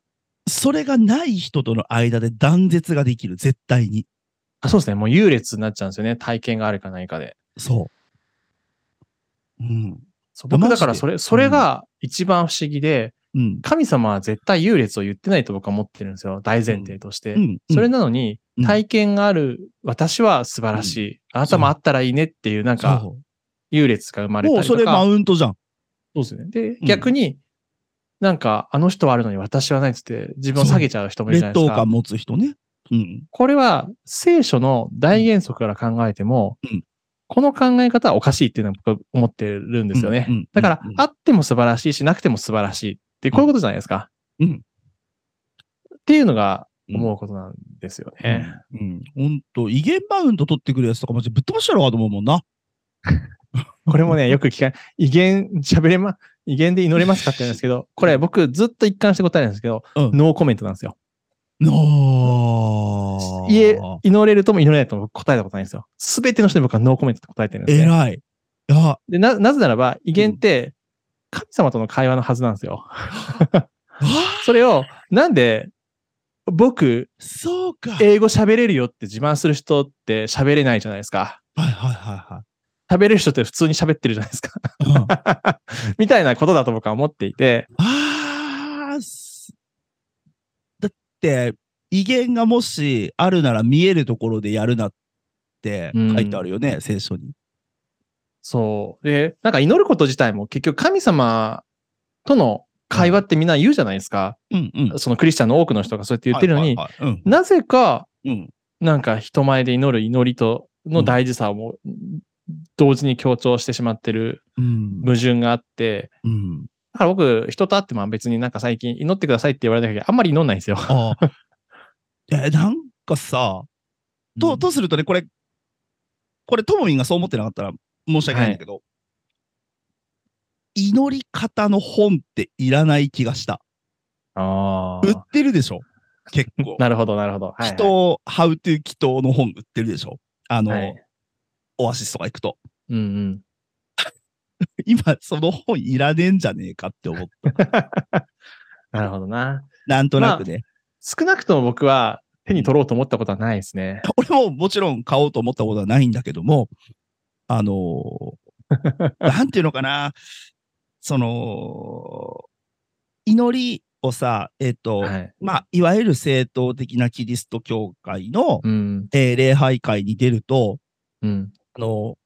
それがない人との間で断絶ができる、絶対に。あそうですね。もう優劣になっちゃうんですよね。体験があるかないかで。そう。うん。そうマジ僕でだからそれ、それが一番不思議で、うん。神様は絶対優劣を言ってないと僕は思ってるんですよ。大前提として。うん。それなのにう、ん体験がある私は素晴らしい。あなたもあったらいいねっていう、なんか、そ優劣が生まうれたりもとうそれか。マウントじゃん。そうですね。で、うん逆に、なんか、あの人はあるのに私はないっつって、自分を下げちゃう人もいるじゃな劣いです等か感。持つ人ね。うん。これは、聖書の大原則から考えても、うんこの考え方はおかしいっていうのは僕は思ってるんですよね。うんうんだから、うんあっても素晴らしいし、なくても素晴らしいって、こういうことじゃないですか。うんっていうのが思うことなんですよね。うん。ほんと、威厳マウント取ってくるやつとかマジぶっ飛ばしたろうかと思うもんな。これもね、よく聞かない。威厳、喋れま、威厳で祈れますかって言うんですけど、これ僕ずっと一貫して答えるんですけど、うんノーコメントなんですよ。なあいえ、祈れるとも祈れないとも僕答えたことないんですよ。すべての人に僕はノーコメントって答えてるんです、ね。偉い。いや、でな、なぜならば、威厳って、神様との会話のはずなんですよ。あそれを、なんで、僕、そうか。はい英語喋れるよって自慢する人って喋れないじゃないですか。はいは喋れる人って普通に喋ってるじゃないですか。いはい。うん、あみたいなことだと僕は思っていて、あー、すだって、威厳がもしあるなら見えるところでやるなって書いてあるよね、聖書に。そう。で、なんか祈ること自体も結局神様との会話ってみんな言うじゃないですか。うんうん。そのクリスチャンの多くの人がそうやって言ってるのに、はいはいはいなぜかうんうんなんか人前で祈る祈りとの大事さをも同時に強調してしまってるうん矛盾があって、うん、だから僕、人と会っても別になんか最近祈ってくださいって言われないけど、あんまり祈んないんですよ。ああ *laughs* えなんかさととするとねこれこれともみんがそう思ってなかったら申し訳ないんだけど、祈り方の本っていらない気がしたあ売っあ。てるでしょ結構なるほど、なるほど。はいはい人、をハウトゥー祈祷の本売ってるでしょあの、はいオアシスとか行くとうんうん。今その本いらねえんじゃねえかって思ったなるほどな。なんとなくね、少なくとも僕は手に取ろうと思ったことはないですね。 *laughs* 俺ももちろん買おうと思ったことはないんだけども、あの *laughs* ーなんていうのかな、その、祈りをさ、えっ、と、はい。まあ、いわゆる正統的なキリスト教会の、うん。えー礼拝会に出ると、うん。あのー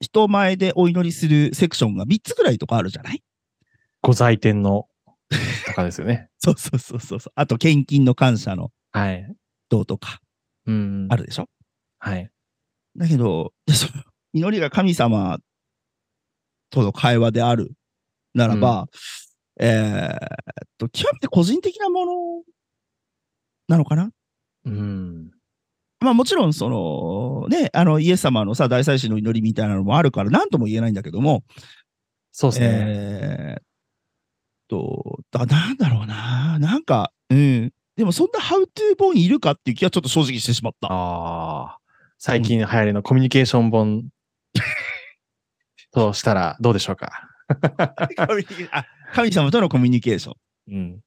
人前でお祈りするセクションが3つぐらいとかあるじゃないご在店のとかですよね。そうそうそうそうそう。あと、献金の感謝の *laughs* はい。道とかうん。あるでしょはい。だけど、でその祈りが神様との会話であるならば、えーっと、極めて個人的なものなのかなうん。まあもちろん、その、ね、あの、イエス様のさ、大祭司の祈りみたいなのもあるから、なんとも言えないんだけども、そうですね。えーっと、だなんだろうな、なんか、うん。でもそんなハウトゥー本いるかっていう気はちょっと正直してしま *laughs* った。ああ。最近流行りのコミュニケーション *laughs* 本としたらどうでしょうか。あ神様とのコミュニケーション。うん。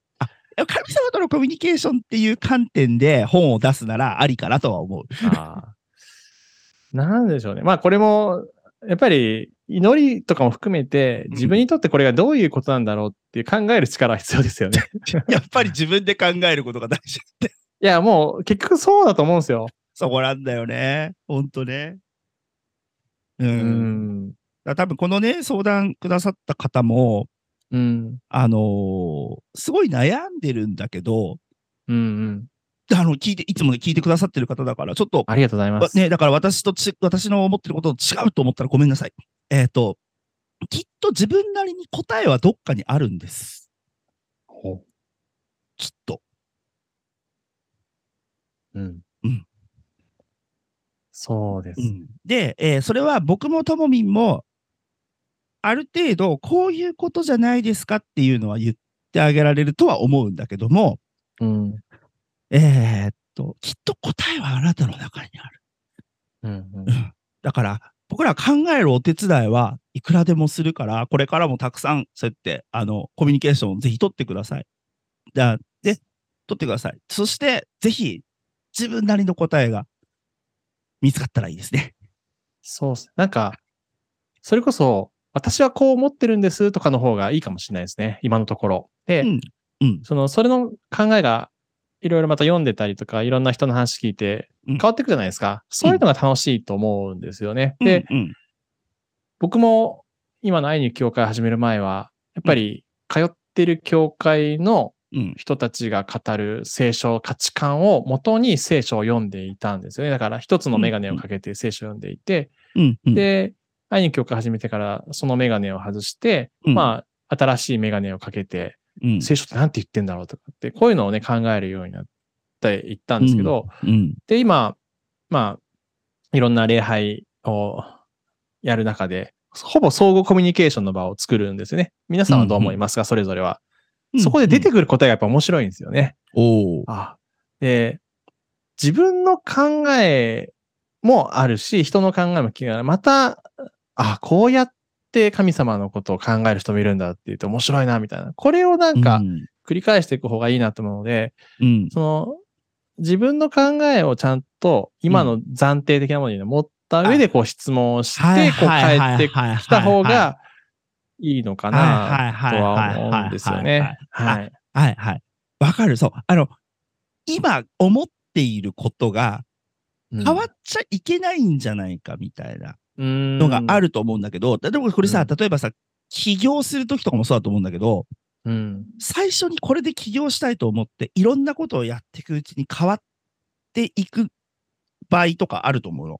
神様とのコミュニケーションっていう観点で本を出すならありかなとは *laughs* 思う。あーなんでしょうね。まあこれも、やっぱり祈りとかも含めて、自分にとってこれがどういうことなんだろうっていう考える力は必要です *laughs* よね。やっぱり自分で考えることが大 *laughs* 事って、いや、もう結局そうだと思うんですよ。そこなんだよね。ほんとね。うん。うだから多ん。分このね、相談くださった方も、うん。あのーすごい悩んでるんだけど、うんうん。あの、聞いて、いつもね、聞いてくださってる方だから、ちょっと、ありがとうございます。ね、だから私とち、私の思ってることと違うと思ったらごめんなさい。えっ、と、きっと自分なりに答えはどっかにあるんです。ほきっと。ううんうん。そうです。で、えーそれは僕もともみんも、ある程度、こういうことじゃないですかっていうのは言ってあげられるとは思うんだけども、うん。えーっと、きっと答えはあなたの中にある。うんうんだから、僕ら考えるお手伝いはいくらでもするから、これからもたくさん、そうやって、あの、コミュニケーションをぜひ取ってください。だで、取ってください。そして、ぜひ、自分なりの答えが見つかったらいいですね。そうっす。なんか、それこそ、私はこう思ってるんですとかの方がいいかもしれないですね。今のところ。で、うんうんその、それの考えが、いろいろまた読んでたりとか、いろんな人の話聞いて、うん変わってくじゃないですか。そういうのが楽しいと思うんですよね。で、うんうん、僕も今の愛に教会始める前は、やっぱり通ってる教会のうん、人たちが語る聖書価値観を元に聖書を読んでいたんですよね。だから一つのメガネをかけて聖書を読んでいて、うん、うん、で、愛に教会始めてからそのメガネを外して、うんまあ、新しいメガネをかけて、うん、聖書って何て言ってんだろうとかって、こういうのをね、考えるようになっていったんですけど、うん、で、今、まあ、いろんな礼拝をやる中で、ほぼ相互コミュニケーションの場を作るんですよね。皆さんはどう思いますか、それぞれは。そこで出てくる答えがやっぱ面白いんですよね。うん、おお、あで、自分の考えもあるし、人の考えも聞きながら、また、あ、こうやって神様のことを考える人もいるんだって言って面白いな、みたいな。これをなんかうん、繰り返していく方がいいなと思うので、うん、その、自分の考えをちゃんと今の暫定的なものに持った上でこう質問をして、こうはい帰ってきた方がいいのかなとはいはいははい思うんですよね。はいはいはい。はいはい。わかる。そう。あの、今思っていることが変わっちゃいけないんじゃないかみたいなののがあると思うんだけど、でもこれさ、例えばさ、起業するときとかもそうだと思うんだけど、うん。最初にこれで起業したいと思って、いろんなことをやっていくうちに変わっていく場合とかあると思うの。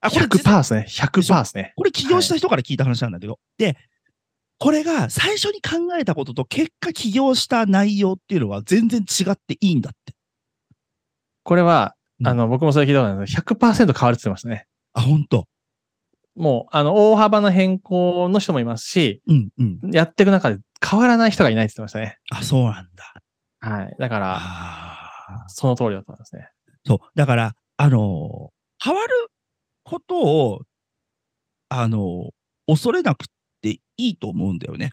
あ、これ実100%ですね。100%ですね。これ起業した人から聞いた話なんだけど、で、これが最初に考えたことと結果起業した内容っていうのは全然違っていいんだって。これは、うんあの、僕もそれ聞いたことないですけど、100%変わるって言ってましたね。あ、本当。もう、あの、大幅な変更の人もいますし、うんうん。やっていく中で変わらない人がいないって言ってましたね。あ、そうなんだ。はい。だから、あーその通りだったんですね。そう。だから、あのー変わることを、あのー恐れなくていいと思うんだよね。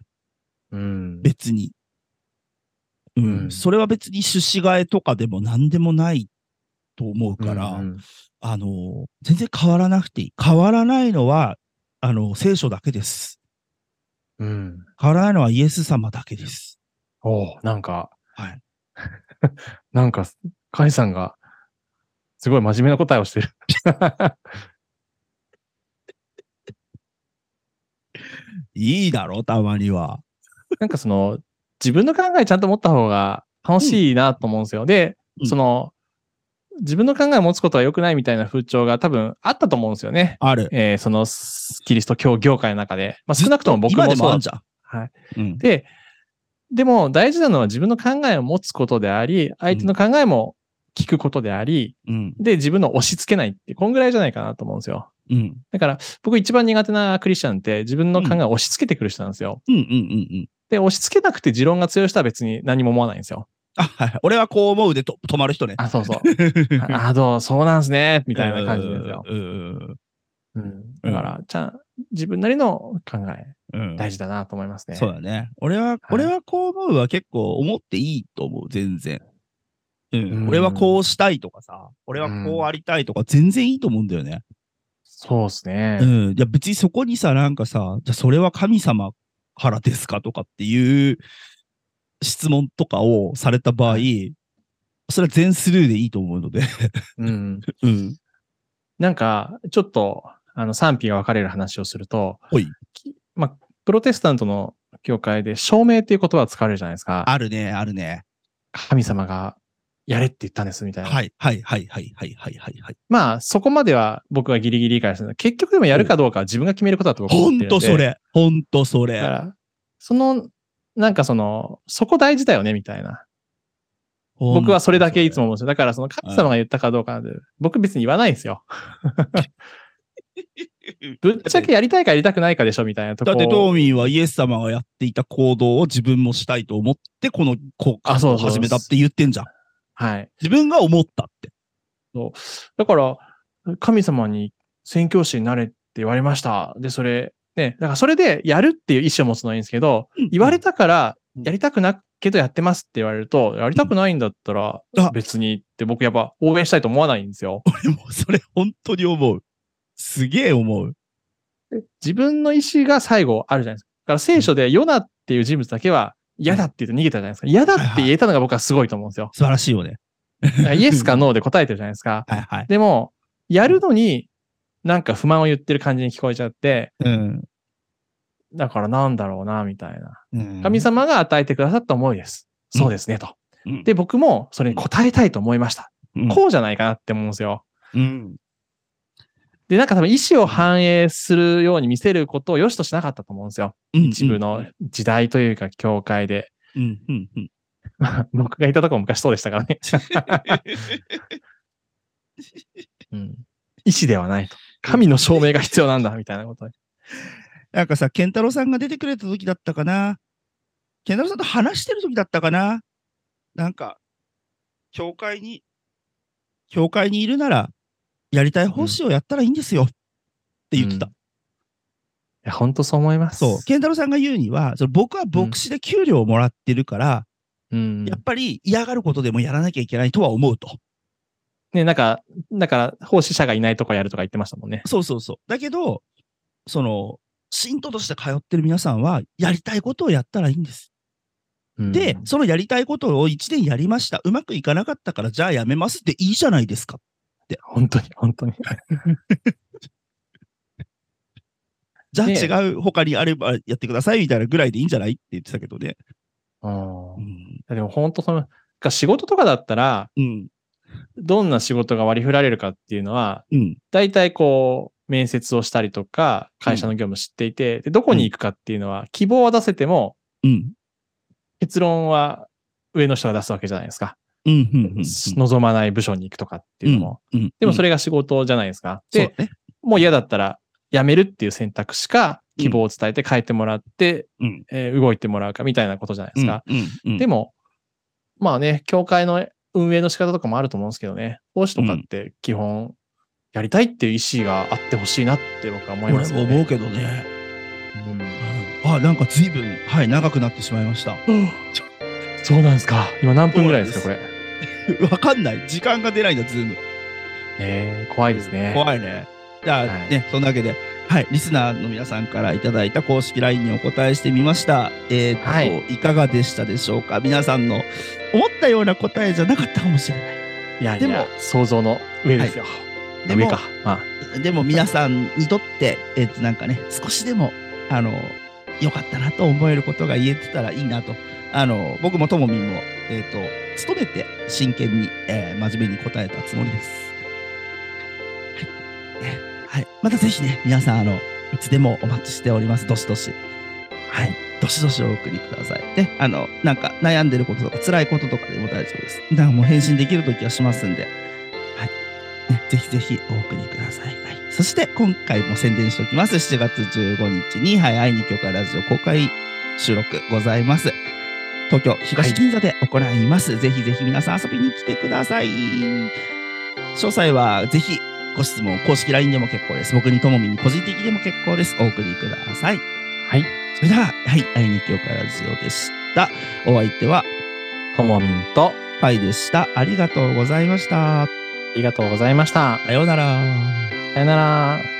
うん。別に。うん。うんそれは別に趣旨替えとかでも何でもないと思うから、うんうんあのー全然変わらなくていい。変わらないのは、あのー聖書だけです。うん。変わらないのはイエス様だけです。おうなんか、はい。なんか、カイさんが、すごい真面目な答えをしてる。いいだろ、たまには。なんかその、自分の考えちゃんと持った方が楽しいなと思うんですよ。でう、んその、自分の考えを持つことは良くないみたいな風潮が多分あったと思うんですよね。ある。えーその、キリスト教業界の中で。まあ、少なくとも僕今もでそうもあだんじゃん。はい。うん。で、でも大事なのは自分の考えを持つことであり、相手の考えも聞くことであり、うん。で、自分の押し付けないって、こんぐらいじゃないかなと思うんですよ。うん。だから、僕一番苦手なクリスチャンって自分の考えを押し付けてくる人なんですよ。うんうんうんうん。で、押し付けなくて持論が強い人は別に何も思わないんですよ。あ、はいはい。俺はこう思うでと止まる人ね。あ、そう *laughs* そう。ああ、どう、そうなんすね、みたいな感じなんですよ。うんうんうん、だから、ちゃん、自分なりの考え、うん。大事だなと思いますね。そうだね。俺は、俺はこう思うは結構思っていいと思う、全然。うん。うん俺はこうしたいとかさ、俺はこうありたいとか全然いいと思うんだよね。そうですうね。ん。いや別にそこにさ、なんかさ、じゃあそれは神様からですかとかっていう質問とかをされた場合、それは全スルーでいいと思う *laughs* ので。うん。うん。なんか、ちょっと、あの、賛否が分かれる話をすると、ほいきまあ、プロテスタントの教会で証明っていう言葉を使われるじゃないですか。あるね、あるね。神様がやれって言ったんです、みたいな。はい、はい、はい、はい、はい、はい、はい。はいまあ、そこまでは僕はギリギリ理解するんだけど。結局でもやるかどうかは自分が決めることだと僕はほ思ってんるんで。とそ。れ。ほんとそだかれ。ら、その、なんかその、そこ大事だよね、みたいな。僕はそれだけいつも思うんですよ。だからその神様が言ったかどうかなんて、僕別に言わないんですよ。ぶっちゃけやりたいかやりたくないかでしょ、みたいなとこだってトーミーはイエス様がやっていた行動を自分もしたいと思って、このこうあ活動そをうそう始めたって言ってんじゃん。はい。自分が思ったって。だから、神様に宣教師になれって言われました。で、それ、ね、だからそれでやるっていう意思を持つのはいいんですけど、言われたから、やりたくなけどやってますって言われると、やりたくないんだったらうんあ別にって僕やっぱ応援したいと思わないんですよ。 *laughs* 俺もそれ本当に思う。すげえ思う。自分の意思が最後あるじゃないですか。だから聖書でヨナっていう人物だけは嫌だって言って逃げたじゃないですか。嫌だって言えたのが僕はすごいと思うんです *laughs* よ。素晴らしいよね。だからイエスかノーで答えてるじゃないですか。はいはい。でも、やるのになんか不満を言ってる感じに聞こえちゃって、うん。だからなんだろうな、みたいな。うん神様が与えてくださった思いです。うんそうですね、と。うんで、僕もそれに応えたいと思いました。うんこうじゃないかなって思うんですよ。うん。で、なんか多分意思を反映するように見せることを良しとしなかったと思うんですよ。うん一部。の時代というか、教会で。うん。うん。うん。まあ僕がいたとこも昔そうでしたからね。 *laughs* うん、意思ではないと。 *laughs* 神の証明が必要なんだ、みたいなこと。なんかさ、健太郎さんが出てくれた時だったかな。健太郎さんと話してる時だったかな。なんか、教会に、教会にいるなら、やりたい奉仕をやったらいいんですよ。って言ってた。うんいや、本当そう思います。そう。健太郎さんが言うには、その僕は牧師で給料をもらってるから、うん。やっぱり嫌がることでもやらなきゃいけないとは思うと。ね、なんか、だから、奉仕者がいないとこやるとか言ってましたもんね。そうそうそう。だけど、その、信徒として通ってる皆さんは、やりたいことをやったらいいんです。うんで、そのやりたいことを1年やりました。うまくいかなかったから、じゃあやめますっていいじゃないですか。本当に、本当に。じゃあね違う、他にあればやってくださいみたいなぐらいでいいんじゃないって言ってたけどね。ううんいん。やでも本当その、か仕事とかだったら、うん。どんな仕事が割り振られるかっていうのは、うん。大体こう、面接をしたりとか、会社の業務知っていて、で、どこに行くかっていうのは、希望は出せても、うん。結論は上の人が出すわけじゃないですか。うん。うん。うん。望まない部署に行くとかっていうのも。うんでもそれが仕事じゃないですか。うん、でそう、ね。もう嫌だったら辞めるっていう選択しか希望を伝えて変えてもらって、うんえー動いてもらうかみたいなことじゃないですか。うん。うん。でも、も、まあね、教会の運営の仕方とかもあると思うんですけどね、講師とかって基本、やりたいっていう意思があってほしいなって僕は思いま俺すもよ思うね。けどね。うんうんあ、なんか随分、はい、長くなってしまいました。そうなんですか。今何分ぐらいですか、そこうれ。 *laughs* わかんない。時間が出ないんだ、ズーム。えー、怖いですね。怖いね。じゃあはいね、そんなわけで、はい、リスナーの皆さんからいただいた公式 LINE にお答えしてみました。えーっと、、はいかがでしたでしょうか皆さんの思ったような答えじゃなかったかもしれないやいでや、も想像の上ですよ。い。でも上か。まあ、い。でも皆さんにとって、えーっと、なんかね、少しでも、あの、良かったなと思えることが言えてたらいいなと。あの、僕もともみんも、えーっと、努めて真剣に、えー真面目に答えたつもりです。はい。またぜひね、皆さん、あの、いつでもお待ちしております。どしどし。はい。どしどしお送りください。で、あの、なんか悩んでることとか、辛いこととかでも大丈夫です。なんかもう返信できるときはしますんで。はい。ね、ぜひぜひお送りください。はい。そして、今回も宣伝しておきます。7月15日に、はい、愛に許可ラジオ公開収録ございます。東京東銀座で行います。ぜひぜひ皆さん遊びに来てください。詳細はぜひご質問、公式 LINE でも結構です。僕にともみに個人的でも結構です。お送りください。はい。それでは、はい、愛に教科ラジオでした。お相手は、ともみんと、パイでした。ありがとうございました。ありがとうございました。さようなら。さよなら。